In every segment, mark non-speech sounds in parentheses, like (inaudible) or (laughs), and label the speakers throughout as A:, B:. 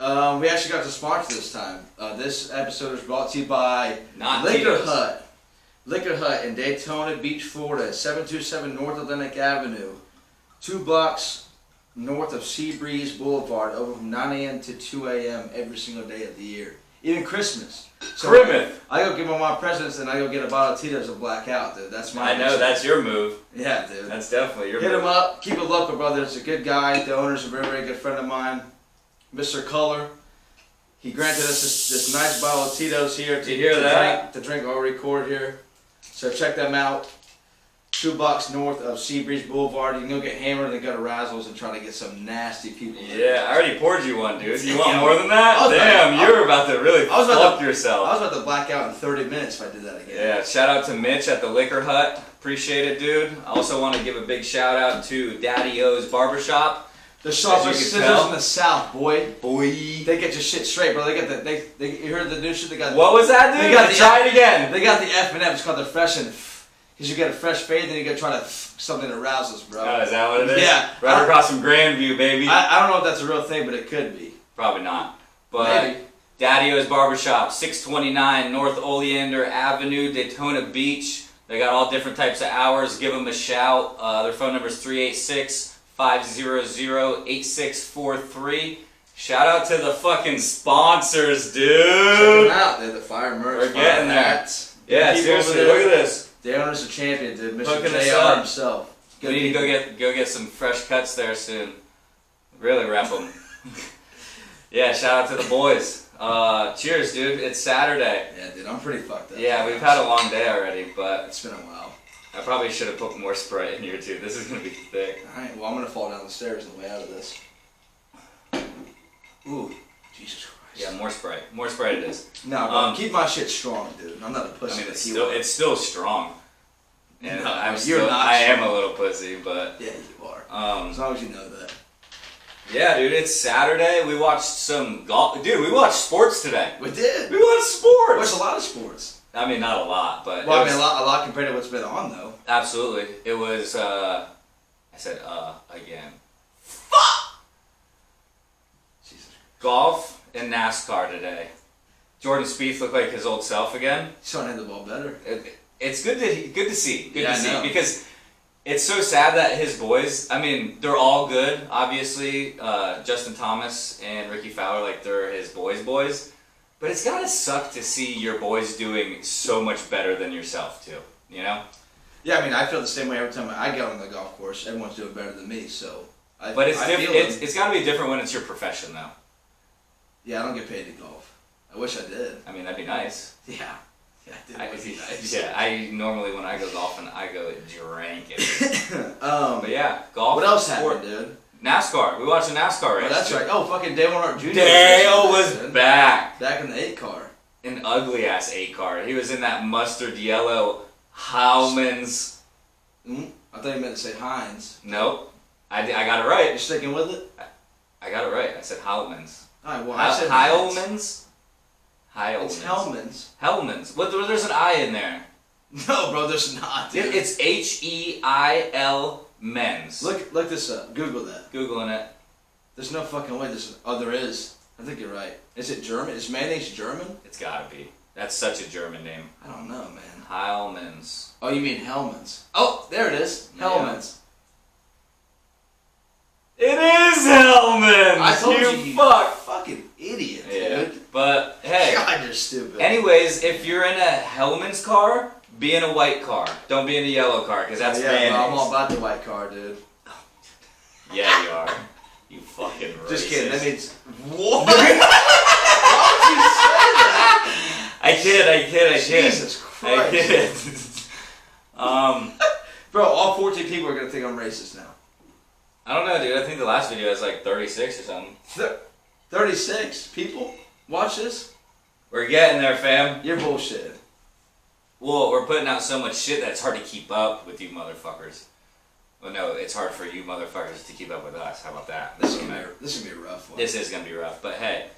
A: Um, actually got to sponsor this time. Uh, this episode is brought to you by
B: Not
A: Liquor
B: Tito's.
A: Hut. Liquor Hut in Daytona Beach, Florida, 727 North Atlantic Avenue, two blocks north of Sea Breeze Boulevard, open from 9 a.m. to 2 a.m. every single day of the year, even Christmas. So
B: Crimmeth.
A: I go give them my presents and I go get a bottle of Tito's and black out, dude. That's my
B: I know that's your move.
A: Yeah, dude.
B: That's definitely your
A: Hit
B: move.
A: him up. Keep it local, brother. It's a good guy. The owner's a very, very good friend of mine, Mr. Culler. He granted us this, this nice bottle of Tito's here. To,
B: You hear
A: to
B: that?
A: Drink, to drink or record here. So check them out. Two bucks north of Seabreeze Boulevard. You can go get hammered and go to Razzles and try to get some nasty people.
B: Yeah, I already poured you one, dude. You want
A: Yeah.
B: more than that?
A: I was about-
B: Damn, you're about to really
A: I was about
B: fuck
A: I
B: yourself.
A: was about to black out in 30 minutes if I did that again.
B: Yeah, shout out to Mitch at the Liquor Hut. Appreciate it, dude. I also want to give a big shout out to Daddy O's Barbershop.
A: The
B: As
A: sharpest
B: you can
A: scissors
B: tell.
A: in the South, boy.
B: Boy.
A: They get your shit straight, bro. They got the they, they you heard the new shit they got.
B: What was that, dude?
A: They got the-
B: try it again.
A: They got the F and F. It's called the fresh and because you get a fresh fade, then you gotta try to something that arouses, bro.
B: Oh, is that what it is?
A: Yeah.
B: Right
A: I-
B: across from Grandview, baby.
A: I, I don't know if that's a real thing, but it could be.
B: Probably not. But
A: Maybe.
B: Daddy O's Barbershop, 629 North Oleander Avenue, Daytona Beach. They got all different types of hours. Give them a shout. Uh, their phone number is 386 500 8643. Shout out to the fucking sponsors,
A: Check them
B: dude.
A: out. They're the fire merch.
B: We're getting
A: fire
B: there.
A: hats.
B: Yeah,
A: People over
B: seriously,
A: there.
B: look at this.
A: The owner's a champion, dude. Mr.
B: Hooking us
A: JR
B: up.
A: himself.
B: We need to go get go get some fresh cuts there soon. Really rep them. (laughs) yeah, shout out to the boys. Uh, cheers, dude. It's Saturday.
A: Yeah, dude. I'm pretty fucked up.
B: Yeah, we've had a long day already, but
A: It's been a while.
B: I probably should have put more Sprite in here too. This is gonna be thick.
A: All right. Well, I'm gonna fall down the stairs on the way out of this. Ooh, Jesus Christ.
B: Yeah, more Sprite. More Sprite it is.
A: No, bro.
B: Um,
A: keep my shit strong, dude. I'm not a
B: I
A: pussy.
B: mean,
A: like
B: it's
A: you
B: still
A: are.
B: it's still strong. And
A: No,
B: I'm
A: you're
B: still,
A: not
B: I am
A: strong.
B: a little pussy, but
A: Yeah, you are.
B: um,
A: As long as you know that.
B: yeah, dude. It's Saturday. We watched some golf. Dude, we watched sports today.
A: We did.
B: We watched
A: Well, it's
B: sports.
A: a lot of sports.
B: I mean, not a lot, but
A: Well,
B: it
A: I
B: was-
A: mean, a lot, a lot compared to what's been on, though.
B: absolutely. It was. Uh, I said uh again.
A: Jesus.
B: Golf and NASCAR today. Jordan Spieth looked like his old self again.
A: He's trying to hit the ball better.
B: It- it's good to good to see. Good
A: Yeah, I
B: to see
A: know.
B: because it's so sad that his boys. I mean, they're all good. Obviously, uh, Justin Thomas and Ricky Fowler, like they're his boys' boys. But it's gotta suck to see your boys doing so much better than yourself too. You know.
A: Yeah, I mean, I feel the same way every time I get on the golf course. Everyone's doing better than me, so. I,
B: But it's
A: I
B: diff-
A: feel
B: it's,
A: them.
B: it's gotta be different when it's your profession though.
A: Yeah, I don't get paid to golf. I wish I did. (laughs)
B: I mean, that'd be nice.
A: Yeah. Yeah, I did.
B: I, (laughs)
A: would be nice.
B: Yeah, I normally when I go golfing, I go drink it.
A: (laughs) um,
B: but yeah, golf.
A: what else
B: sport-
A: happened, dude?
B: NASCAR. We watched a NASCAR race.
A: Oh, that's
B: dude.
A: right. Oh, fucking Dale Earnhardt Jr.
B: Dale was
A: Dude.
B: back.
A: Back in the eight car.
B: An ugly ass eight car. He was in that mustard yellow Howman's.
A: I thought you meant to say Hines.
B: Nope. I, di- I got it
A: You're
B: right.
A: sticking with it?
B: I got it right. I said Howman's.
A: All right, well, I said Hines.
B: Howman's? Howman's.
A: It's Hellman's. (laughs)
B: Hellman's. What? there- There's an I in there.
A: No, bro, there's not, dude.
B: It- It's H E I L men's.
A: Look, look this up. Google that.
B: Googling it.
A: There's no fucking way. This. Oh, there is. I think you're right. Is it German? Is mayonnaise German?
B: It's gotta be. That's such a German name.
A: I don't know, man.
B: Heilmann's.
A: Oh, you mean Hellman's? Oh, there it is.
B: Yeah.
A: Hellman's.
B: It is Hellman's.
A: I told you.
B: you fuck.
A: Fucking idiot,
B: Yeah.
A: dude.
B: But hey.
A: God, you're stupid.
B: Anyways, if you're in a Hellman's car, be in a white car. Don't be in a yellow car, because that's
A: yeah,
B: mayonnaise.
A: bro, I'm all about the white car, dude.
B: yeah, you are. You fucking racist.
A: (laughs) Just kidding. That means (laughs) what? Why would you say that?
B: I kid, I kid, I kid.
A: Jesus
B: I
A: Christ,
B: kid. (laughs) um,
A: bro! All 14 people are gonna think I'm racist now.
B: I don't know, dude. I think the last video was like 36 or something.
A: Thir- 36 people watch this.
B: We're getting there, fam.
A: You're bullshit.
B: Well, we're putting out so much shit that it's hard to keep up with you motherfuckers. Well, no, it's hard for you motherfuckers to keep up with us. How about that?
A: This is gonna be, this is gonna be a rough one.
B: This is gonna be rough, but hey,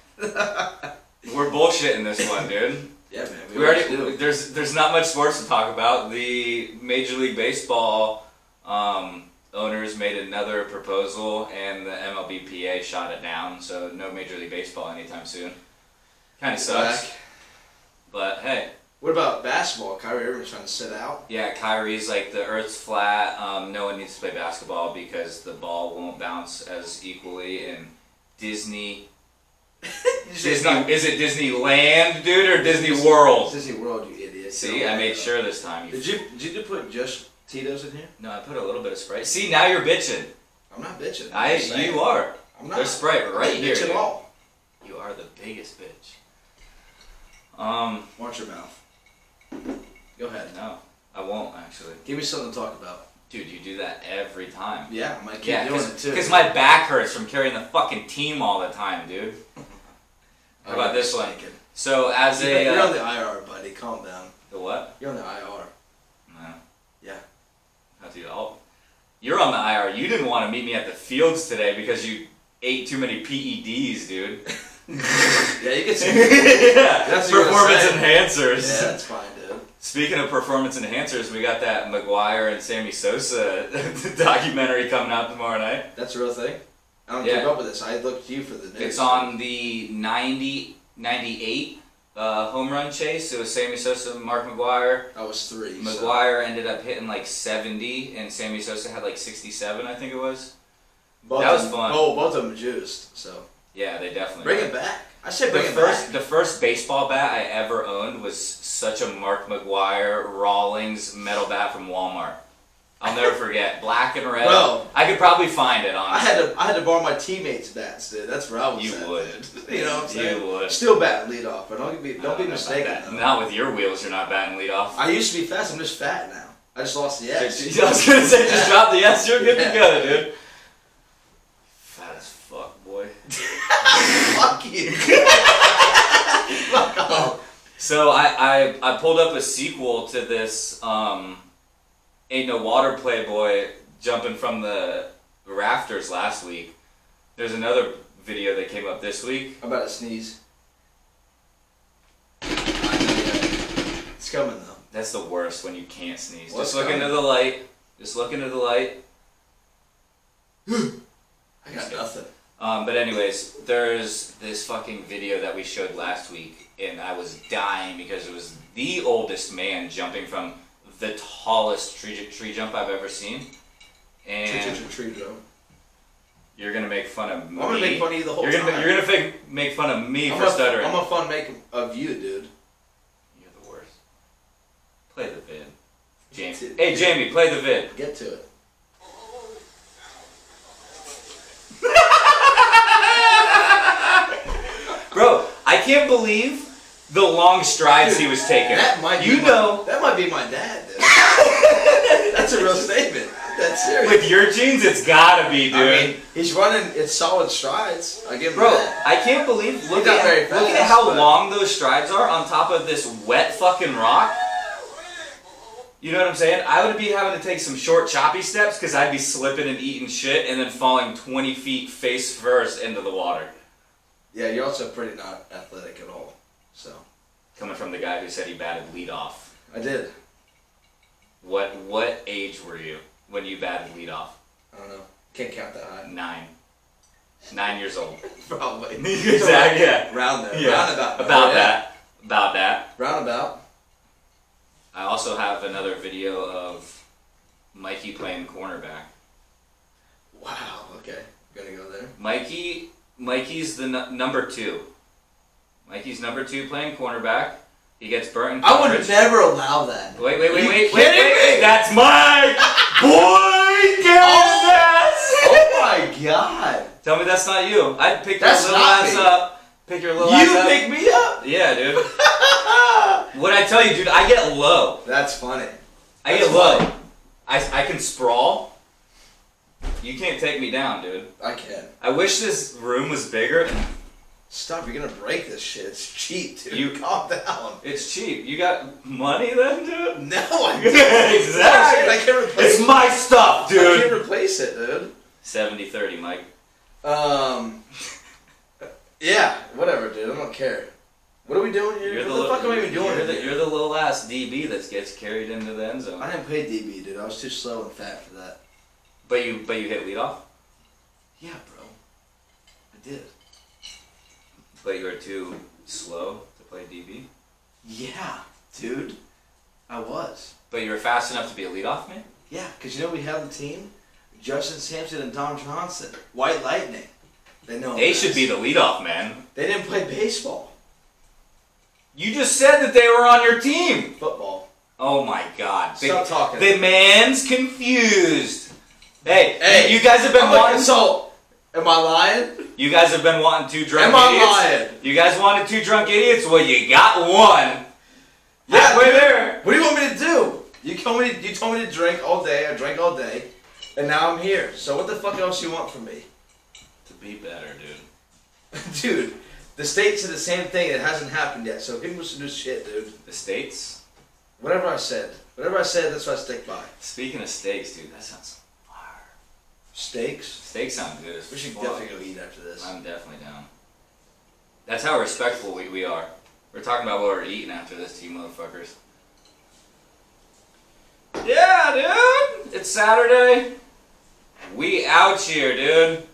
B: we're bullshitting this one, dude.
A: Yeah, man.
B: We already
A: always do.
B: there's there's not much sports to talk about. The Major League Baseball um, owners made another another proposal, and the MLBPA shot it down. So no Major League Baseball anytime soon. Kind of sucks. But hey,
A: What about basketball? Kyrie Irving's trying to sit out.
B: yeah, Kyrie's like the Earth's flat. Um, no one needs to play basketball because the ball won't bounce as equally. And Disney, Disney is it Disneyland, dude, or Disney World?
A: Disney World, you idiot.
B: See, I made sure this time. You
A: Did you did you put just Tito's in here?
B: no, I put a little bit of Sprite. See, now you're bitching.
A: I'm not bitching. I'm
B: I,
A: just saying.
B: you are.
A: I'm not.
B: There's Sprite
A: I'm
B: right
A: not
B: here.
A: bitching
B: dude.
A: at all.
B: You are the biggest bitch. Um,
A: Watch your mouth. Go ahead.
B: no, I won't actually.
A: Give me something to talk about.
B: Dude, you do that every time.
A: Yeah, I might keep
B: Yeah,
A: doing it too.
B: because my back hurts from carrying the fucking team all the time, dude. How about this one? So as a
A: You're on
B: uh,
A: the IR, buddy. Calm down.
B: the what?
A: You're on the IR.
B: No.
A: Yeah.
B: Not too all. oh, You're on the IR. You didn't want to meet me at the fields today because you ate too many PEDs, dude.
A: Yeah, you (laughs) can see.
B: yeah.
A: That's what you were
B: performance
A: saying.
B: enhancers.
A: yeah, that's fine, dude.
B: Speaking of performance enhancers, we got that McGuire and Sammy Sosa (laughs) documentary coming out tomorrow night.
A: That's a real thing. I don't
B: Yeah.
A: keep up with this. I look to you for the news.
B: It's on the 90, 98 uh, home run chase. It was Sammy Sosa and Mark McGuire.
A: I was three. so-
B: McGuire ended up hitting like 70, and Sammy Sosa had like 67, I think it was.
A: Both
B: That was
A: of them-
B: fun.
A: Oh, both of them juiced. So
B: Yeah, they definitely.
A: bring it back. I said
B: The
A: bring it
B: first,
A: back.
B: the first baseball bat I ever owned was such a Mark McGuire Rawlings metal bat from Walmart. I'll
A: (laughs)
B: never forget. Black and red.
A: Bro.
B: I could probably find it,
A: I
B: honestly.
A: had to I had to borrow my teammates' bats, dude. That's where I was.
B: You
A: at,
B: would.
A: dude. (laughs) you know what I'm saying?
B: You would.
A: Still bat lead off, but don't be
B: I
A: don't,
B: know
A: be
B: about
A: mistaken.
B: that.
A: though.
B: Not with your wheels, you're not batting
A: (laughs)
B: leadoff.
A: I used to be fast. I'm just fat now. I just lost
B: (laughs)
A: the
B: I
A: edge.
B: was gonna say,
A: (laughs)
B: just drop the yes, you're good
A: Yeah.
B: to go, dude. Fat as fuck, boy.
A: Fuck you.
B: (laughs)
A: Fuck off.
B: So I, I, I pulled up a sequel to this um, Ain't No Water Playboy jumping from the rafters last week. There's another video that came up this week.
A: I'm about to sneeze. It's coming though.
B: That's the worst when you can't sneeze.
A: What's
B: just look
A: that?
B: into the light. Just look into the light.
A: I got nothing.
B: Um, but anyways, there's this fucking video that we showed last week, and I was dying because it was the oldest man jumping from the tallest tree, tree jump I've ever seen. And
A: Tree, bro.
B: you're gonna make fun of me.
A: I'm gonna make fun of you the whole
B: You're gonna
A: time.
B: you're gonna fi- make fun of me
A: I'm
B: for
A: a,
B: stuttering.
A: I'm a fun make of you, dude.
B: you're the worst. Play the vid, Jamie.
A: Dude.
B: Hey Jamie, play the vid.
A: Get to it.
B: Bro, I can't believe the long strides he was taking.
A: That might be
B: you
A: my-
B: know.
A: that might be my dad.
B: (laughs)
A: Dude. That's a real statement. That's serious.
B: With your jeans, it's gotta be, dude.
A: I mean, he's running in solid strides. I give him
B: Bro,
A: that.
B: I can't believe look
A: not
B: at,
A: very
B: look at
A: fast,
B: how
A: but-
B: long those strides are on top of this wet fucking rock. You know what I'm saying? I would be having to take some short choppy steps because I'd be slipping and eating shit and then falling 20 feet face first into the water.
A: Yeah, you're also pretty not athletic at all. So
B: Coming from the guy who said he batted leadoff.
A: I did.
B: What what age were you when you batted leadoff?
A: I don't know. Can't count that high. (laughs)
B: Nine. Nine years old. (laughs)
A: Probably.
B: exactly. Yeah.
A: Round there.
B: yeah.
A: Roundabout.
B: About
A: Yeah.
B: that. About that.
A: Roundabout.
B: I also have another video of Mikey playing cornerback.
A: Wow. Okay. Gonna go there.
B: Mikey, Mikey's the nu- number two. Mikey's number two playing cornerback. He gets burnt. in
A: I would
B: coverage.
A: never allow that.
B: Wait, wait, wait,
A: You
B: wait, wait,
A: kidding
B: wait,
A: me?
B: That's Mike, boy. Get his ass.
A: Oh my god.
B: Tell me that's not you. I'd pick
A: That's
B: your little
A: not
B: ass
A: me.
B: up. Pick your little ass
A: You
B: up. (laughs)
A: pick me up.
B: yeah, dude. what I tell you, dude, I get low.
A: That's funny.
B: I
A: That's
B: get low. I, I can sprawl. You can't take me down, dude.
A: I can.
B: I wish this room was bigger.
A: Stop. You're gonna break this shit. It's cheap, dude.
B: You-
A: calm
B: (laughs)
A: down.
B: It's cheap. You got money then, dude?
A: No,
B: (laughs)
A: I
B: Exactly.
A: I can't replace. it.
B: my stuff,
A: I can't replace it, dude.
B: 70 30, Mike.
A: Um. Yeah, whatever, dude. I don't care. What are we doing here? what the,
B: little-
A: fuck am I even doing
B: You're
A: here?
B: the, you're the little ass DB that gets carried into the end zone.
A: I didn't play DB, dude. I was too slow and fat for that.
B: But you but you hit leadoff.
A: Yeah, bro. I did.
B: But you were too slow to play DB.
A: Yeah, dude. I was.
B: But you were fast enough to be a leadoff man.
A: Yeah, because you know we have the team? Justin Sampson and Tom Johnson. White Lightning. They know
B: They
A: him
B: should
A: best.
B: be the leadoff man.
A: They didn't play baseball.
B: You just said that they were on your team.
A: Football.
B: Oh my God. The-
A: Stop talking.
B: The man's confused. Hey,
A: Hey,
B: you guys have been
A: I'm like,
B: wanting.
A: so, am I lying?
B: you guys have been wanting two drunk
A: Am I
B: idiots.
A: lying?
B: You guys wanted two drunk idiots. Well, you got one.
A: Yeah,
B: Yeah, we're
A: dude.
B: there.
A: What do you want me to do? You told me you told me to drink all day. I drank all day, and now I'm here. So what the fuck else you want from me, (laughs)
B: To be better, dude.
A: dude? The state said the same thing. It hasn't happened yet. So give me some new shit, dude.
B: The states.
A: Whatever I said, whatever I said, that's what I stick by.
B: Speaking of steaks, dude, that sounds fire.
A: Steaks.
B: Steaks sound good. as
A: We should
B: fuck.
A: definitely go eat after this.
B: I'm definitely down. That's how respectful we, we are. We're talking about what we're eating after this, to you motherfuckers. Yeah, dude! It's Saturday. We out here, dude.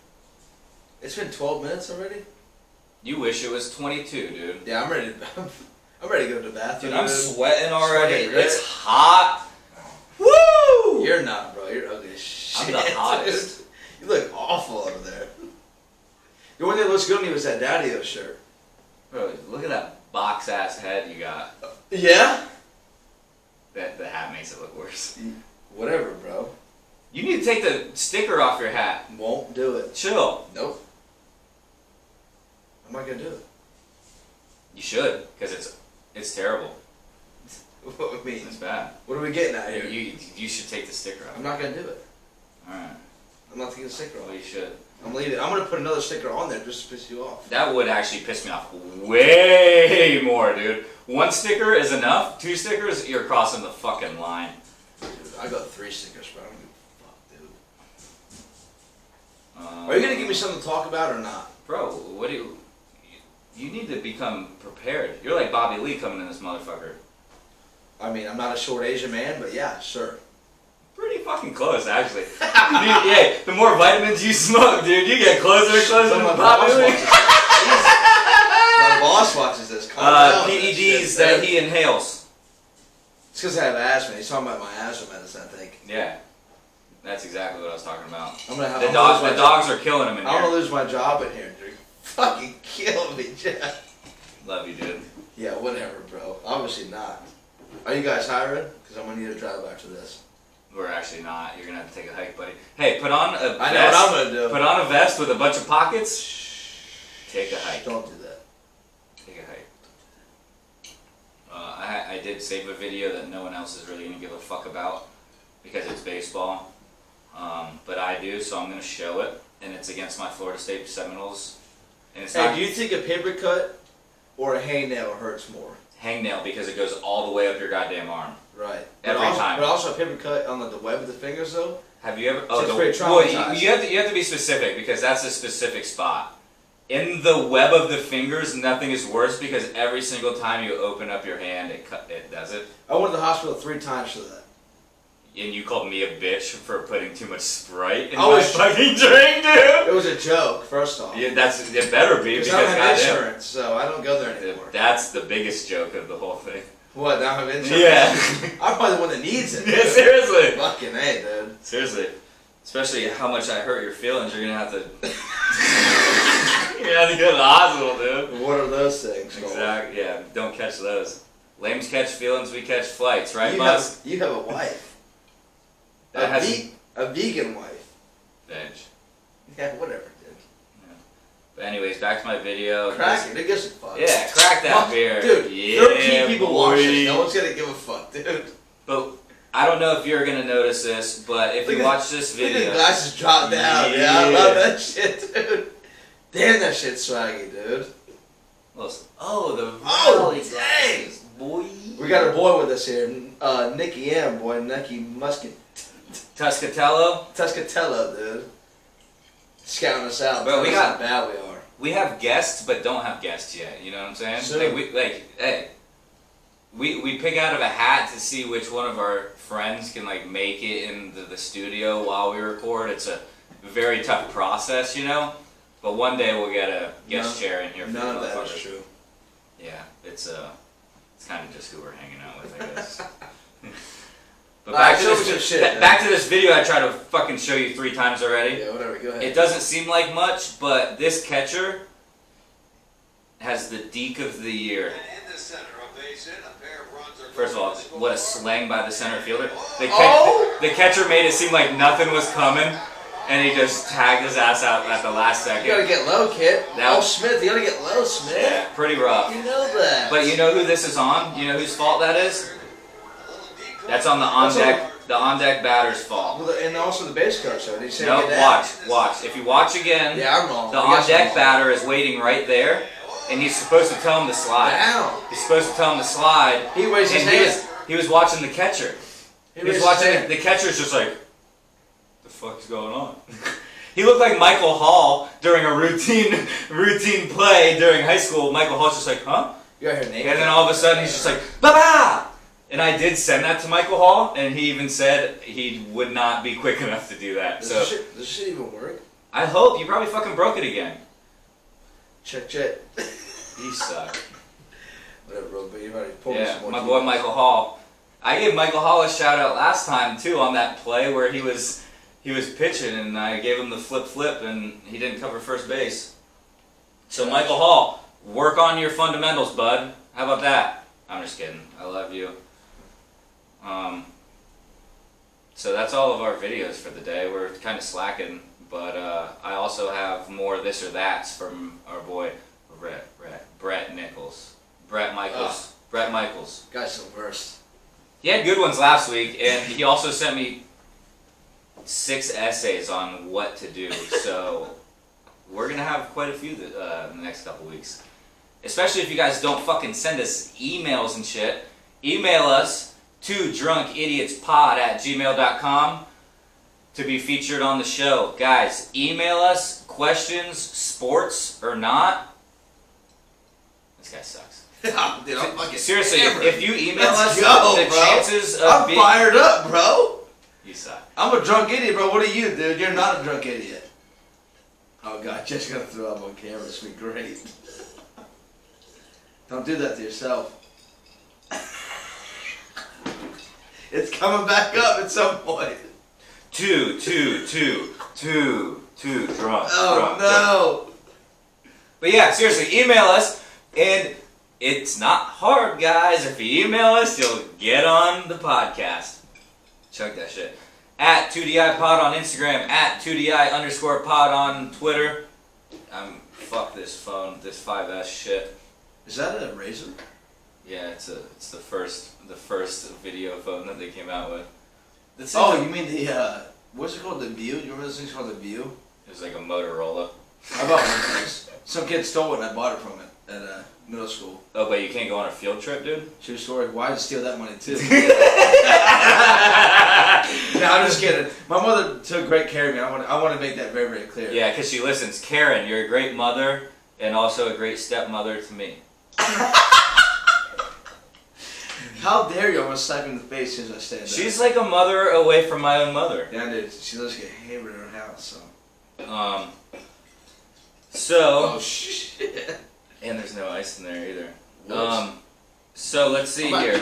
A: It's been 12 minutes already.
B: You wish it was 22, dude.
A: Yeah, I'm ready. To, (laughs) I'm ready to go to the bathroom.
B: Dude, I'm sweating already.
A: Sweating,
B: It's
A: right?
B: hot. Woo!
A: You're not, bro. You're ugly as shit.
B: I'm the hottest.
A: (laughs) you look awful over there. The one that looks good on you was that Daddy-O shirt.
B: Bro, look at that box ass head you got.
A: Yeah.
B: That the hat makes it look worse.
A: Whatever, bro.
B: You need to take the sticker off your hat.
A: Won't do it.
B: Chill.
A: Nope. I'm not gonna do it. (laughs)
B: You should, because it's it's terrible.
A: What I mean?
B: It's bad.
A: What are we getting at
B: You,
A: here?
B: you, you should take the sticker
A: I'm
B: off.
A: not gonna do it.
B: Alright.
A: I'm not taking the sticker
B: Well,
A: off.
B: you should.
A: I'm leaving. I'm gonna put another sticker on there just to piss you off.
B: That would actually piss me off way more, dude. One sticker is enough. Two stickers, you're crossing the fucking line.
A: Dude, I got three stickers, bro. I don't give a fuck, dude.
B: Um,
A: Are you gonna give me something to talk about or not?
B: Bro, what do you... You need to become prepared. You're like Bobby Lee coming in this motherfucker.
A: I mean, I'm not a short Asian man, but yeah, sure.
B: Pretty fucking close,
A: (laughs)
B: actually. dude, yeah, the more vitamins you smoke, dude, you get closer and closer
A: But
B: to
A: my boss
B: Bobby Lee.
A: watches this. Jesus. My boss watches this. Calm
B: Uh,
A: down.
B: PEDs that he inhales.
A: It's because I have asthma. He's talking about my asthma medicine. I think
B: Yeah, that's exactly what I was talking about.
A: I'm gonna have
B: The
A: I'm
B: dogs,
A: gonna-
B: the dogs are killing him in
A: I'm gonna
B: here.
A: lose my job in here, dude. (laughs) Fucking kill me, Jeff.
B: Love you, dude.
A: Yeah, whatever, bro. Obviously not. Are you guys hiring? Because I'm gonna need a drive after this.
B: We're actually not. You're gonna have to take a hike, buddy. Hey, put on a vest.
A: I know what I'm gonna do.
B: Put on a vest with a bunch of pockets. Take a hike.
A: Don't do that.
B: Take a hike. Uh, I, I did save a video that no one else is really gonna give a fuck about because it's baseball, um, but I do, so I'm gonna show it, and it's against my Florida State Seminoles, and it's
A: Hey,
B: not
A: do you think a paper cut or a hangnail hurts more?
B: hangnail because it goes all the way up your goddamn arm.
A: Right. but
B: Every
A: also,
B: time.
A: But also a paper cut on the, the web of the fingers, though.
B: Have you ever?
A: So
B: Oh,
A: it's
B: the,
A: very
B: well,
A: traumatizing.
B: you, you have to you have to be specific because that's a specific spot. In the web of the fingers, nothing is worse because every single time you open up your hand, it cut it does it.
A: I went to the hospital three times for that.
B: And you called me a bitch for putting too much Sprite in
A: I
B: my
A: was-
B: fucking drink, dude.
A: It was a joke, first off.
B: Yeah, that's it. Better be because
A: Because I don't have
B: goddamn,
A: insurance, so I don't go there anymore.
B: that's the biggest joke of the whole thing.
A: What? I don't have
B: (laughs)
A: insurance.
B: Yeah.
A: I'm probably the one that needs it.
B: yeah,
A: dude.
B: seriously.
A: Fucking hey, dude.
B: Seriously, especially how much I hurt your feelings, you're gonna have to. (laughs) you're gonna have to go to the hospital, dude.
A: What are those things? called?
B: Exactly. Yeah. Don't catch those. Lambs catch feelings. We catch flights, right,
A: you
B: Buzz?
A: have, you have a wife.
B: That
A: a,
B: has
A: ve- a vegan wife.
B: veg.
A: Yeah, whatever, dude.
B: But anyways, back to my video.
A: Crack it. It gives a fuck.
B: Yeah, crack that
A: Fuck,
B: beer,
A: Dude,
B: Yeah,
A: 13 people watch this. No
B: boy.
A: one's going to give a fuck, dude. Look
B: But I don't know if you're gonna notice this, but if
A: Look
B: you
A: at-
B: watch this
A: at the
B: video,
A: glasses drop down. Yeah. I
B: Yeah.
A: love that shit, dude. Damn, that shit's swaggy, dude.
B: listen. Oh, the
A: Oh,
B: Raleigh
A: dang.
B: glasses, boy.
A: We got a boy with us here. Uh, Nicky M, boy. Nicky Musket.
B: Tuscatello.
A: Tuscatello, dude. Scouting us out.
B: Bro, we
A: Telling us
B: got-
A: how bad we are.
B: We have guests, but don't have guests yet. You know what I'm saying?
A: Sure.
B: Like, we, like, hey, we we pick out of a hat to see which one of our friends can like make it into the studio while we record. It's a very tough process, you know. But one day we'll get a guest
A: No,
B: chair in here. For
A: None
B: you
A: of that
B: motherfuckers.
A: is true.
B: Yeah, it's uh, it's kind of just who we're hanging out with, I guess.
A: (laughs)
B: but
A: All
B: back
A: right,
B: to
A: show
B: this
A: us your shit,
B: ba-
A: man.
B: back to this video. I tried to fucking show you three times already.
A: Yeah, whatever. Go ahead.
B: It doesn't seem like much, but this catcher has the deke of the year. First of all, what a slang by the center fielder. The, ca-
A: Oh!
B: the catcher made it seem like nothing was coming, and he just tagged his ass out at the last
A: You gotta
B: second.
A: get low, kid.
B: Now-
A: oh, Smith, you gotta get low, Smith.
B: Yeah, pretty rough.
A: You know that.
B: But you know who this is on? You know whose fault that is? That's on the on deck, the on deck batter's fault.
A: Well, the- and also the base coach, though. Did he say
B: No,
A: get that?
B: watch, watch. If you watch again,
A: Yeah, I'm wrong.
B: the
A: We got
B: on deck
A: something.
B: batter is waiting right there, and he's supposed to tell him to slide.
A: Down.
B: He's supposed to tell him to slide.
A: He raised his
B: and he
A: hand.
B: was, he was watching the catcher. He was
A: raised his
B: watching
A: hand.
B: the, the catcher's just like, the fuck's going on? (laughs) he looked like Michael Hall during a routine (laughs) routine play during high school. Michael Hall's just like, huh?
A: You got here, Nate.
B: And then all of a sudden he's just like, ba ba! And I did send that to Michael Hall, and he even said he would not be quick (laughs) enough to do that.
A: does,
B: So
A: this shit, does this shit even work?
B: I hope you probably fucking broke it again.
A: Check, check. (laughs)
B: You suck.
A: Whatever, bro. But you already pulled me
B: Yeah,
A: some more
B: my
A: teeth.
B: boy Michael Hall. I gave Michael Hall a shout out last time too on that play where he was he was pitching and I gave him the flip flip and he didn't cover first base. So Michael Hall, work on your fundamentals, bud. How about that? I'm just kidding. I love you. Um, so that's all of our videos for the day. We're kind of slacking, but uh, I also have more this or that's from our boy Brett Brett Brett Nichols. Brett Michaels. Brett Michaels.
A: Guys, the worst.
B: He had good ones last week, and he also sent me six essays on what to do. So we're gonna have quite a few th- uh, in the next couple weeks, especially if you guys don't fucking send us emails and shit. Email us to drunkidiotspod at gmail.com to be featured on the show. Guys, email us questions, sports or not. This guy sucks.
A: (laughs) Dude, I'm fucking
B: Seriously,
A: hammered.
B: if you email us,
A: Let's go,
B: the
A: bro.
B: chances of
A: I'm
B: being
A: fired up, bro.
B: you suck.
A: I'm a drunk idiot, bro. What are you, dude? You're not a drunk idiot. Oh god, (laughs) just gonna throw up on camera. It's gonna be great. (laughs) Don't do that to yourself. (laughs) it's coming back up at some point.
B: Two, two, two, two, two, drunk.
A: Oh
B: drunk, drunk.
A: no!
B: But yeah, seriously, email us, and it's not hard, guys. If you email us, you'll get on the podcast. Chug that shit. At 2DI Pod on Instagram, at 2DI underscore pod on Twitter. I'm fuck this phone, this 5S shit.
A: Is that a razor?
B: Yeah, it's a it's the first the first video phone that they came out with. This
A: Oh, you mean the uh, what's it called? The View? You remember those things called the View?
B: it was like a Motorola.
A: I bought one of those. Some kid stole it and I bought it from it at uh, middle school.
B: Oh, but you can't go on a field trip, dude.
A: True story. Why did you steal that money
B: (laughs)
A: too?
B: yeah,
A: No, I'm just kidding. My mother took great care of me. I want, I want to make that very, very clear.
B: because she listens. Karen, you're a great mother and also a great stepmother to me.
A: How dare you? I'm gonna slap you in the face as soon as I stand
B: She's like a mother away from my own mother.
A: up. Yeah, dude. She lives get hammered in her house. So.
B: Um, so,
A: Oh, shit.
B: Um, and there's no ice in there either.
A: Um,
B: Um, so let's see here.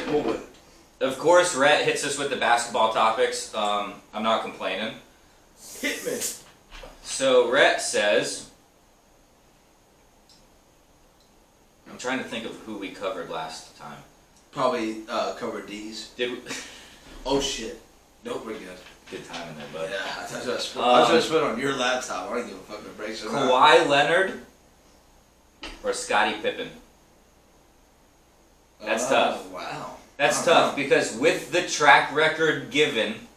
B: Of course, Rhett hits us with the basketball topics. Um, I'm not complaining.
A: Hit me.
B: So Rhett says, I'm trying to think of who we covered last time.
A: Probably uh, cover D's.
B: Did we, (laughs)
A: Oh shit. Nope, we're good.
B: good time in there,
A: Yeah,
B: bud.
A: I thought I was gonna
B: Uh, Um,
A: spit on your laptop. I don't give a fucking break. So not.
B: Kawhi Leonard or Scottie Pippen. That's
A: Oh,
B: tough.
A: Wow.
B: That's
A: Oh,
B: tough
A: wow.
B: because with the track record given,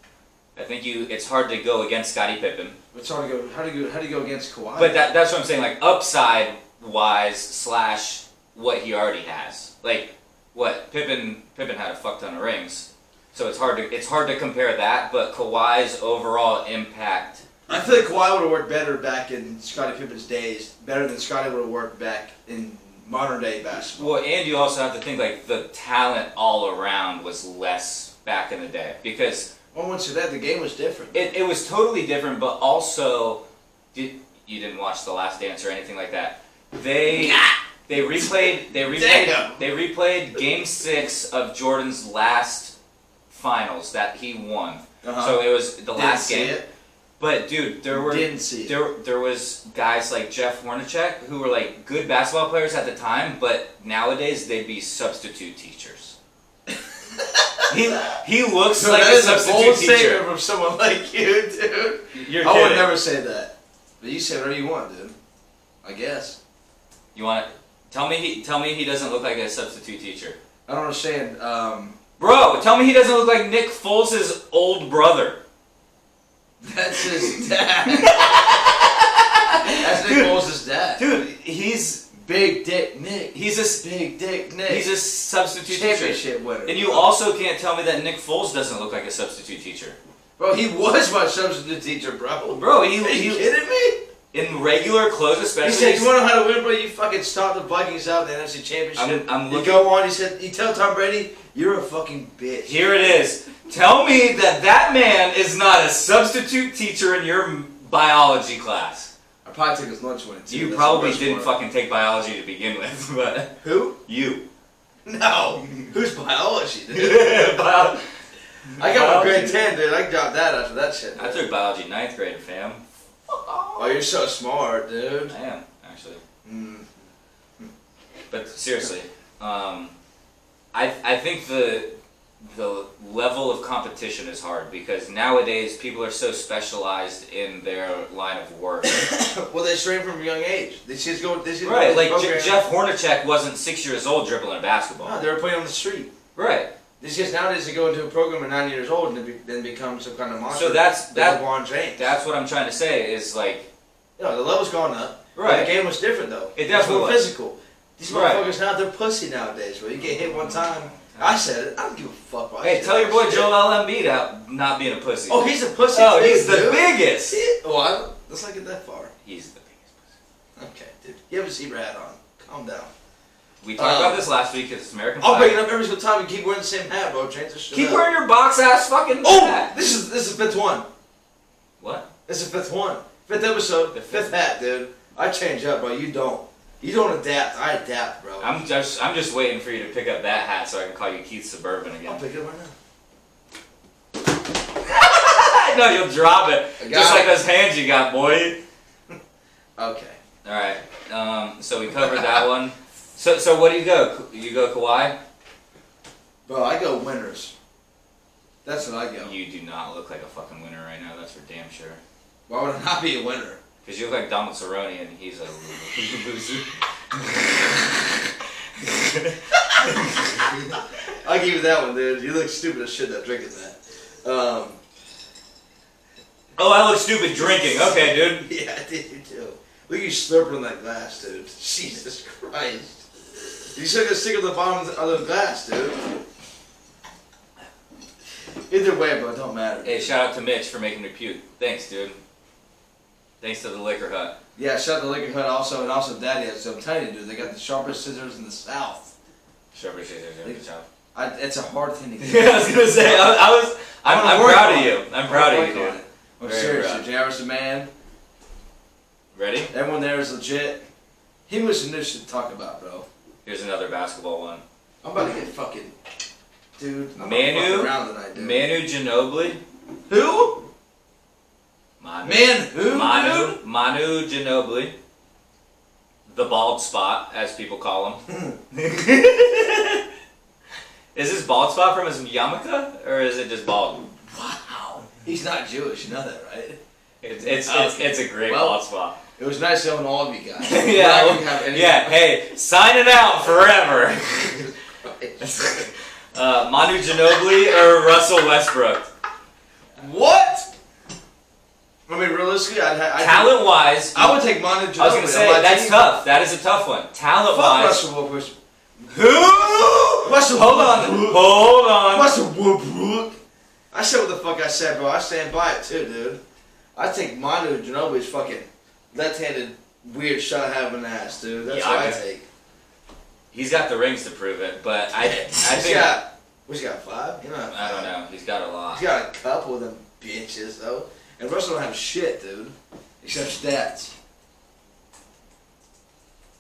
B: I think you it's hard to go against Scottie Pippen.
A: It's hard to go. How do you how do you go against Kawhi?
B: But that, that's what I'm saying, like upside wise slash what he already has. Like what Pippen Pippen had a fuck ton of rings. So it's hard to it's hard to compare that, but Kawhi's overall impact
A: I feel like Kawhi would have worked better back in Scottie Pippen's days, better than Scottie would have worked back in modern day basketball.
B: Well, and you also have to think like the talent all around was less back in the day because
A: Well, once you that, the game was different.
B: it, it was totally different. But also, did you didn't watch The Last Dance or anything like that? They they replayed they replayed
A: Damn.
B: they replayed Game Six of Jordan's last finals that he won.
A: Uh-huh.
B: So it was the
A: Didn't
B: last
A: see
B: game.
A: it.
B: But dude, there were
A: Didn't see it.
B: there there was guys like Jeff Hornacek who were like good basketball players at the time, but nowadays they'd be substitute
A: (laughs)
B: teachers. he he looks
A: So
B: like
A: that
B: a
A: is a
B: substitute
A: bold
B: teacher.
A: statement from someone (laughs) like you, dude.
B: You're
A: I would
B: kidding.
A: never say that. But you say whatever you want, dude. I guess.
B: You want tell me he tell me he doesn't look like a substitute teacher.
A: I don't understand. Um, (laughs)
B: Bro, tell me he doesn't look like Nick Foles' old brother.
A: that's his dad. that's Nick Foles' dad.
B: Dude, he's
A: Big Dick Nick.
B: he's a s-
A: Big Dick Nick.
B: he's a substitute teacher.
A: championship winner.
B: And you also can't tell me that Nick Foles doesn't look like a substitute teacher.
A: bro, he was my substitute teacher, bro.
B: Bro, he,
A: Are you
B: he
A: kidding me?
B: in regular clothes,
A: He
B: especially.
A: said, "You want to know how to win, bro? You fucking stop the Vikings out in the NFC Championship."
B: I'm- I'm
A: you
B: looking-
A: go on. He said, "You tell Tom Brady, you're a fucking bitch."
B: Here it is. Tell me that that man is not a substitute teacher in your m- biology class.
A: I probably took his lunch when it. too.
B: You
A: That's
B: probably
A: the worst
B: didn't
A: part.
B: fucking take biology to begin with, (laughs) but
A: Who? (laughs)
B: you. (laughs)
A: No. (laughs) Who's biology, dude?
B: Bio-
A: (laughs) I got my
B: Biology.
A: grade ten, dude. I dropped that after that shit.
B: I took biology ninth grade, fam.
A: Oh, you're so smart, dude.
B: I am actually,
A: Mm.
B: but seriously, um, I I think the the level of competition is hard because nowadays people are so specialized in their line of
A: (coughs)
B: work
A: well, they train from a young age. They just go. They just
B: Right, like
A: program-
B: J- Jeff Hornacek wasn't six years old dribbling a basketball.
A: No, they were playing on the street.
B: right.
A: It's just nowadays they go into a program at nine years old and it be, then become some kind of monster.
B: So that's
A: Like
B: that.
A: LeBron James.
B: That's what I'm trying to say is like
A: you know, the level's gone up. The
B: right.
A: game was different though.
B: It
A: was
B: definitely
A: more
B: was.
A: physical. These
B: Right.
A: motherfuckers now they're pussy nowadays. Where you get hit one time. I said it. I don't give a fuck. About
B: Hey,
A: shit.
B: tell your boy
A: Shit.
B: Joel Embiid out not being a pussy.
A: Oh, he's a pussy.
B: Oh,
A: too,
B: he's the
A: dude.
B: biggest.
A: Shit. Well, I, don't- let's not get that far.
B: He's the biggest. pussy.
A: Okay, dude. You have a zebra hat on. Calm down.
B: We talked
A: Uh,
B: about this last week because it's American.
A: I'll
B: flag.
A: bring it up every single time and keep wearing the same hat, bro. Change the shit.
B: Keep
A: up.
B: wearing your box ass fucking
A: Oh,
B: hat.
A: this is this is the fifth one.
B: What?
A: This is the fifth one. Fifth episode.
B: The
A: fifth
B: fifth.
A: hat, dude. I change up, bro. You don't. You don't adapt. I adapt, bro. i
B: I'm just I'm just waiting for you to pick up that hat so I can call you Keith Suburban
A: will
B: again. (laughs)
A: pick it up right now.
B: no, you'll drop it
A: I got
B: just
A: it.
B: like those hands you got, boy.
A: Okay.
B: All right. Um, so we covered (laughs) that one. So so what do you go? You go Kawhi.
A: Bro, I go winners. That's what I go.
B: You do not look like a fucking winner right now. That's for damn sure.
A: Why would I not be a winner? (laughs)
B: Because you look like Donald Cerrone, and he's a (laughs) loser. (laughs)
A: I'll give you that one, dude. You look stupid as shit not drinking that. Um, (laughs)
B: oh, I look stupid drinking. Okay, dude.
A: yeah, I did you too. Look at you slurping on that glass, dude. (laughs) Jesus Christ. You took a stick of the bottom of the glass, dude. Either way, bro, it don't matter.
B: Hey, shout out to Mitch for making me puke. Thanks, dude. Thanks to the liquor hut.
A: Yeah, shout out to Liquor Hut also, and also Daddy Hut. So I'm telling you, dude, they got the sharpest scissors in the South.
B: Sharpie scissors, every job.
A: I, it's a hard
B: (laughs)
A: thing to
B: yeah, (laughs) I
A: get.
B: was gonna say. I, I was. I'm,
A: I'm
B: I'm,
A: working
B: proud
A: on
B: of
A: it.
B: you. I'm proud of you,
A: Work on
B: dude.
A: it. I'm
B: Very
A: serious.
B: proud.
A: dude. JR's a man.
B: Ready?
A: Everyone there is legit. He was the new shit to talk about, bro.
B: Here's another basketball one.
A: I'm about to get fucking. Dude, I'm not
B: Manu?
A: fucking around tonight, dude.
B: Manu Ginobili.
A: Who?
B: Manu.
A: Man, who?
B: Manu, Manu Ginobili, the bald spot, as people call him.
A: Hmm.
B: (laughs) is this bald spot from his yarmulke, or is it just bald?
A: Dude? Wow. He's not Jewish, you know that, right?
B: It's it's it's,
A: Oh, Okay.
B: it's a great
A: Well-
B: bald spot.
A: It was nice knowing all of you
B: (laughs)
A: guys.
B: yeah,
A: I
B: well,
A: didn't have any.
B: yeah. Hey, sign it out forever. (laughs) uh, Manu Ginobili or Russell Westbrook?
A: (laughs) what? I mean, realistically, I'd ha- I'd-
B: Talent wise,
A: I would take Manu Ginobili.
B: I was gonna say
A: on my
B: that's
A: team.
B: tough. That is a tough one. Talent
A: Fuck
B: wise,
A: Russell Westbrook.
B: who?
A: Russell
B: Hold on,
A: Westbrook.
B: hold on.
A: Russell Westbrook. I said what the fuck I said, bro. I stand by it too, dude. I think Manu Ginobili's fucking left-handed weird shot having ass, dude. That's
B: Yeah,
A: what
B: I
A: I
B: can-
A: take.
B: He's got the rings to prove it, but I, I
A: He's
B: think
A: got, what's he got, five? You know,
B: I don't know. He's got a lot.
A: He's got a couple of them bitches, though. And Russell don't have shit, dude. Except stats.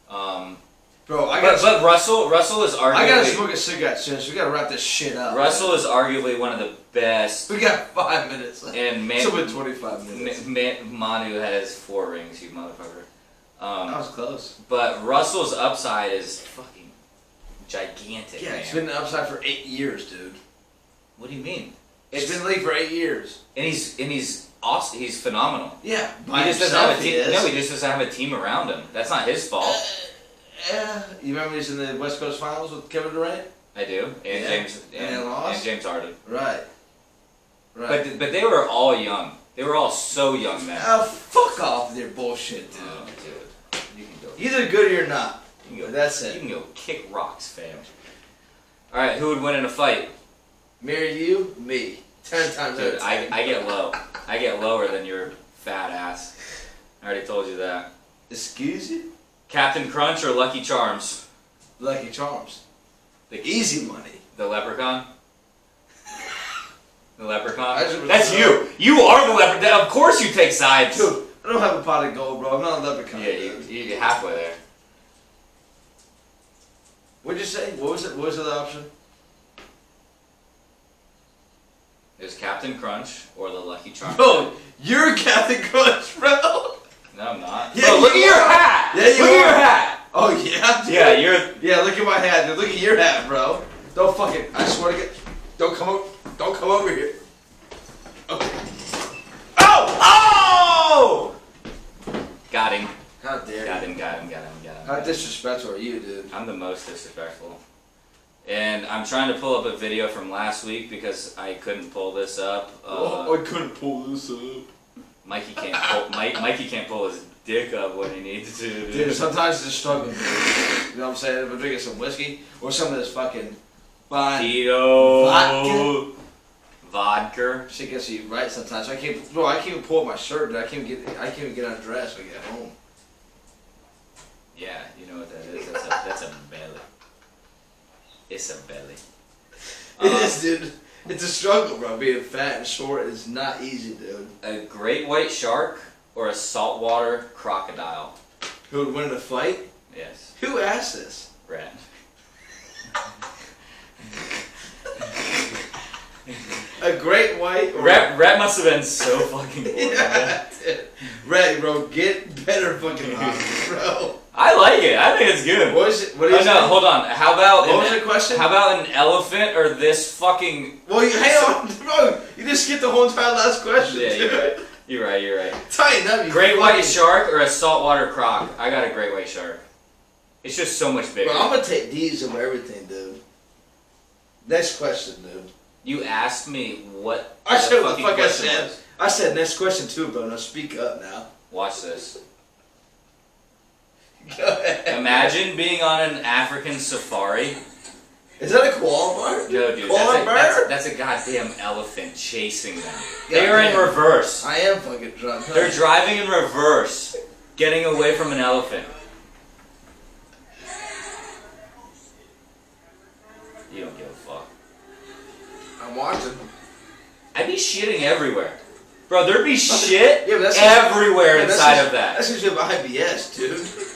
B: Um,
A: Bro, I
B: but,
A: got
B: but Russell Russell is arguably
A: I gotta smoke a cigarette soon, so we gotta wrap this shit up.
B: Russell is arguably one of the best,
A: We got five minutes left.
B: and
A: It's been
B: man,
A: 25 minutes.
B: Ma- Ma- Manu has four rings. You motherfucker.
A: That
B: Um,
A: was close.
B: but Russell's upside is fucking gigantic.
A: Yeah, it's
B: man.
A: been outside for eight years, dude.
B: what do you mean?
A: It's been in the league for eight years.
B: and he's and he's awesome. He's phenomenal.
A: Yeah,
B: he just doesn't have a team. No, he just doesn't have a team around him. That's not his fault.
A: Uh, yeah, you remember he's in the West Coast Finals with Kevin Durant?
B: I do. And
A: Yeah.
B: James
A: And
B: and,
A: they lost.
B: and James Harden.
A: Right. Right.
B: But th- but they were all young. They were all so young then.
A: oh, fuck off with your bullshit, dude.
B: Oh, dude. You can go.
A: Either good or you're not.
B: You can go.
A: That's it.
B: You can go kick rocks, fam. All right, who would win in a fight?
A: Marry you, me. Ten times out
B: Dude,
A: of
B: I,
A: ten.
B: I get low. I get lower than your fat ass. I already told you that.
A: Excuse you?
B: Captain Crunch or Lucky Charms?
A: Lucky Charms.
B: The
A: Easy money.
B: The leprechaun. The
A: I just
B: leprechaun.
A: was-
B: That's you. You are the leprechaun. Of course you take sides.
A: Dude, I don't have a pot of gold, bro. I'm not a leprechaun.
B: Yeah, you,
A: dude.
B: you- you're halfway there.
A: What'd you say? What was it? What was the other option? (laughs)
B: There's Captain Crunch or the Lucky Charms.
A: Bro, Oh, you're Captain Crunch, bro.
B: No, I'm not.
A: Yeah,
B: Bro, look at
A: you
B: your
A: are.
B: hat.
A: Yeah, you
B: look at
A: are.
B: your hat.
A: Oh yeah. dude.
B: Yeah, you're.
A: Yeah, look at my hat, dude. Look at your hat, bro. Don't fucking. I swear to God. Don't come over. Don't come over here. Okay. Ow!
B: Oh! Got him.
A: How dare
B: Got
A: you?
B: him. Got him. Got him. Got him.
A: How disrespectful are you, dude?
B: I'm the most disrespectful. And I'm trying to pull up a video from last week because I couldn't pull this up. Uh,
A: oh, I couldn't pull this up.
B: Mikey can't pull Mike, Mikey can't pull his dick up when he needs to. dude.
A: Dude, sometimes it's a struggle. dude. You know what I'm saying? If I'm drinking some whiskey or some of this fucking fine
B: Tito.
A: Vodka.
B: Vodka.
A: shit gets you right sometimes. I can't, bro. I can't even pull up my shirt. Dude. I can't even get. I can't even get undressed when I get home.
B: Yeah, you know what that is. That's a, that's a belly. It's a belly.
A: It
B: Uh,
A: is, dude. It's a struggle, bro. Being fat and short is not easy, dude.
B: A great white shark or a saltwater crocodile?
A: Who would win in a fight?
B: Yes,
A: Who asked this?
B: rat.
A: A great white or
B: Rat, rat must have been so fucking boring. man.
A: (laughs) yeah, (laughs) dude. Rat, bro. Get better (laughs) fucking options, bro.
B: I like it. I think it's good.
A: What is it? What
B: Oh,
A: is
B: no,
A: it?
B: hold on. How about
A: What was
B: an-
A: the question?
B: How about an elephant or this fucking?
A: Well, you, hang on, (laughs) bro. You just skipped the whole entire last question.
B: Yeah,
A: dude.
B: you're right. (laughs) You're right. You're right.
A: (laughs) Tighten up. You
B: Great white
A: fucking-
B: shark or a saltwater croc? I got a great white shark. It's just so much bigger.
A: Bro, I'm gonna take these over everything, dude. Next question, dude.
B: you asked me what.
A: I said what the fuck I
B: question
A: said.
B: was.
A: I said next question too, bro. Now speak up now.
B: Watch this.
A: Go ahead.
B: Imagine being on an African safari.
A: Is that a koala bird?
B: No, dude, that's
A: Koala
B: a, that's, a,
A: bird?
B: that's a goddamn elephant chasing them.
A: Yeah,
B: They are in
A: yeah.
B: reverse.
A: I am fucking drunk. huh?
B: They're driving in reverse, getting away from an elephant. You don't give a fuck.
A: I'm watching.
B: I'd be shitting everywhere. Bro, there'd
A: (laughs)
B: be shit
A: Yeah, but that's
B: everywhere
A: Yeah, that's
B: inside
A: just-
B: of that.
A: That's because you have IBS, dude.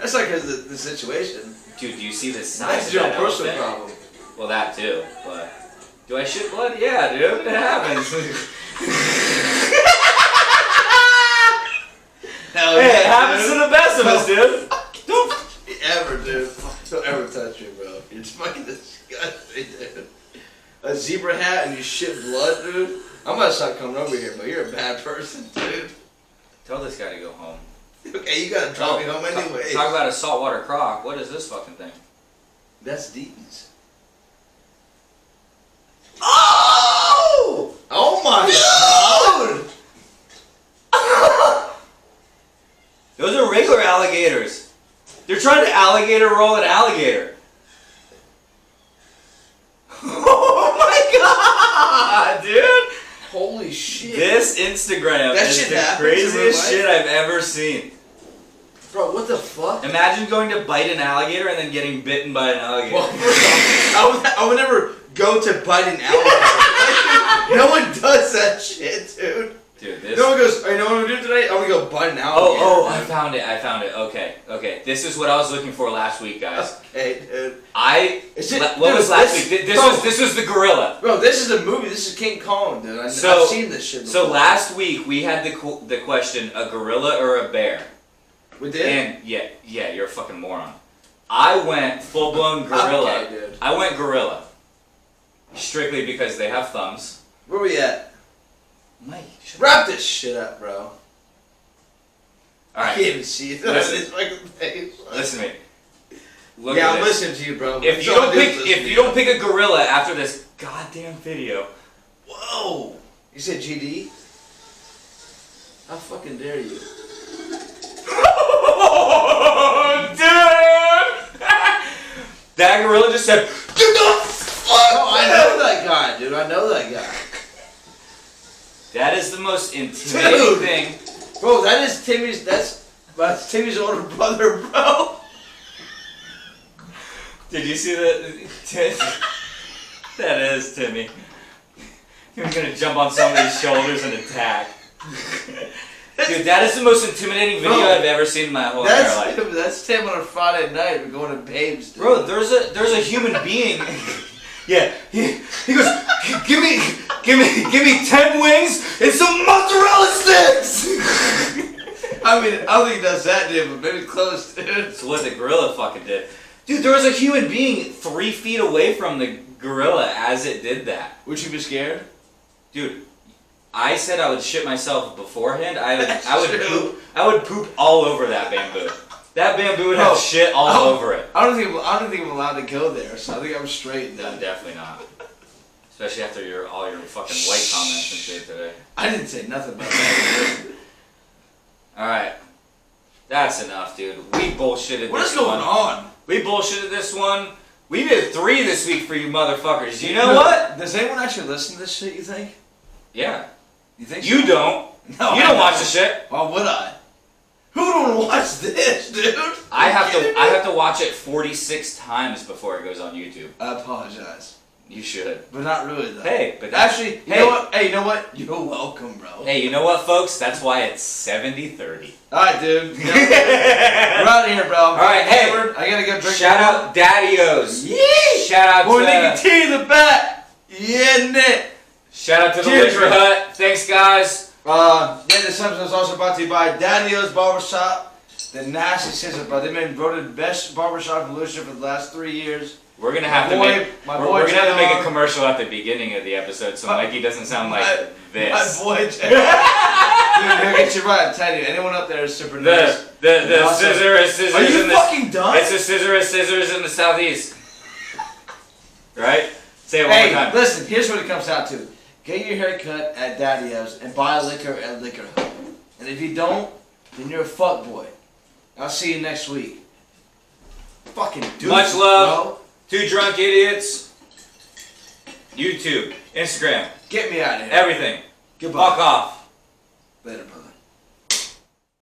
A: That's not because of the, the situation.
B: Dude, do you see the size
A: That's
B: of
A: your
B: that
A: own personal
B: elephant?
A: problem.
B: Well, that too, but... Do I shit blood? Yeah, dude, it
A: (laughs)
B: happens.
A: Hell
B: hey, it happens to the best of us, dude.
A: (laughs) Don't fucking ever, dude. Don't ever touch me, bro. It's fucking disgusting, dude. A zebra hat and you shit blood, dude. I'm gonna stop coming over here, but you're a bad person, dude. (laughs)
B: Tell this guy to go home.
A: Okay, you gotta drive me home
B: Oh, talk-
A: anyway.
B: Talk about a saltwater croc. What is this fucking thing?
A: That's these. Oh! Oh my god!
B: Those are regular alligators. They're trying to alligator roll an alligator. (laughs) oh my god, dude!
A: Holy shit.
B: This Instagram
A: That
B: is
A: shit
B: the
A: happens in real
B: craziest
A: life?
B: shit I've ever seen.
A: Bro, what the fuck?
B: Imagine going to bite an alligator and then getting bitten by an alligator.
A: Well, first off, I would, I would never go to bite an (laughs) alligator. no one does that shit, dude.
B: Dude, this.
A: No one goes, hey, you know what I'm gonna do today? I'm gonna go bite an alligator.
B: Oh, oh,
A: (laughs)
B: I found it. I found it. Okay, okay. This is what I was looking for last week, guys.
A: Okay, dude.
B: I.
A: It's just-
B: what was
A: Uh, dude,
B: last
A: this-
B: week? Th- This
A: bro.
B: was this was the gorilla.
A: Bro, this is a movie. This is King Kong, dude. I,
B: So-
A: I've seen this shit before.
B: So last week we had the qu- the question: a gorilla or a bear?
A: We did?
B: And yeah, yeah, you're a fucking moron. I went full
A: (laughs)
B: blown gorilla.
A: Okay, dude.
B: I went gorilla. Strictly because they have thumbs.
A: Where we at?
B: Mike, shut up.
A: Wrap this shit up, bro.
B: All
A: I can't
B: right,
A: even see it.
B: Listen.
A: (laughs) It's fucking face.
B: listen to me. Look
A: yeah,
B: at
A: I'm
B: this.
A: listening to you, bro.
B: If you
A: That's all
B: don't
A: I do is
B: pick,
A: listen
B: if
A: to
B: you don't pick a gorilla after this goddamn video, (laughs)
A: whoa! You said GD? How fucking dare you?
B: dude, (laughs) that gorilla just said, "Get the fuck
A: Oh, I
B: out!"
A: know that guy, dude. I know that guy.
B: That is the most intimidating
A: Dude.
B: thing.
A: Bro, that is Timmy's. That's that's Timmy's older (laughs) brother, bro.
B: Did you see the? (laughs) that is Timmy. He was gonna jump on somebody's shoulders and attack. Dude, that is the most intimidating video
A: Bro.
B: I've ever seen in my whole entire
A: That's
B: life.
A: him. That's Tim on a Friday night. We're going to Babes,
B: (laughs)
A: dude.
B: Bro, there's a there's a human being. (laughs) yeah, he, he goes, give me, give me, give me ten wings and some mozzarella (laughs) sticks.
A: I mean, I don't think he does that, dude, but maybe close, dude.
B: That's what the gorilla fucking did. Dude, there was a human being three feet away from the gorilla as it did that.
A: Would you be scared?
B: Dude, I said I would shit myself beforehand. I would, I would
A: That's true.
B: poop. I would poop all over that bamboo. That bamboo would have
A: Bro.
B: shit all
A: Oh.
B: over it.
A: I don't think I'm, I don't think I'm allowed to go there, so I think I'm straight.
B: No,
A: Dude.
B: definitely not. Especially after your all your fucking white comments and shit today.
A: I didn't say nothing about that. dude.
B: All right, that's enough, dude. We bullshitted.
A: what
B: this
A: is going
B: one.
A: on?
B: We bullshitted this one. We did three this week for you motherfuckers. You know what?
A: Does anyone actually listen to this shit? You think?
B: Yeah.
A: You think?
B: You don't.
A: No,
B: you
A: I
B: don't watch the shit.
A: Why would I? Who would want to watch this, dude?
B: I have
A: You kidding
B: to.
A: me?
B: I have to watch it 46 times before it goes on YouTube.
A: I apologize,
B: You should.
A: but not really though.
B: Hey, but that's,
A: actually, you
B: hey.
A: know what? Hey, you know what? You're welcome, bro.
B: Hey, you know what, folks? That's why it's 70-30.
A: All
B: (laughs)
A: right, dude. You know, we're out of here, bro. All
B: right, hey.
A: I gotta go
B: (laughs)
A: drink.
B: Shout
A: more.
B: out Daddios.
A: Yeesh.
B: Shout out
A: Boy,
B: to.
A: nigga, T in the back. Yeah, Nick.
B: Shout out to the
A: Cheers,
B: Witcher
A: bro.
B: Hut. Thanks, guys.
A: Uh, yeah, this episode is also brought to you by Daddy-O's Barbershop, the nasty scissor, bro. They've been voted best barbershop in Lucia for the last three years.
B: We're gonna have to
A: Boy,
B: make.
A: my
B: we're,
A: boy
B: we're gonna have to make a
A: John.
B: commercial at the beginning of the episode so
A: My-
B: Mikey doesn't sound like
A: my-
B: this.
A: My boy, Jack. (laughs) Dude, he'll get you right. I'm telling you, anyone up there is super nice.
B: the the, the
A: Awesome.
B: scissor is scissors.
A: Are you
B: in the,
A: fucking done?
B: It's a scissor is scissors in the southeast. Right? Say it one more
A: Hey,
B: time.
A: listen, here's what it comes down to. Get your hair cut at Daddy-O's and buy liquor at Liquor Hut. And if you don't, then you're a fuckboy. I'll see you next week. Fucking do
B: Much love. Two drunk idiots. YouTube, Instagram,
A: Get me out of here.
B: everything.
A: Goodbye.
B: Fuck off.
A: Later, brother.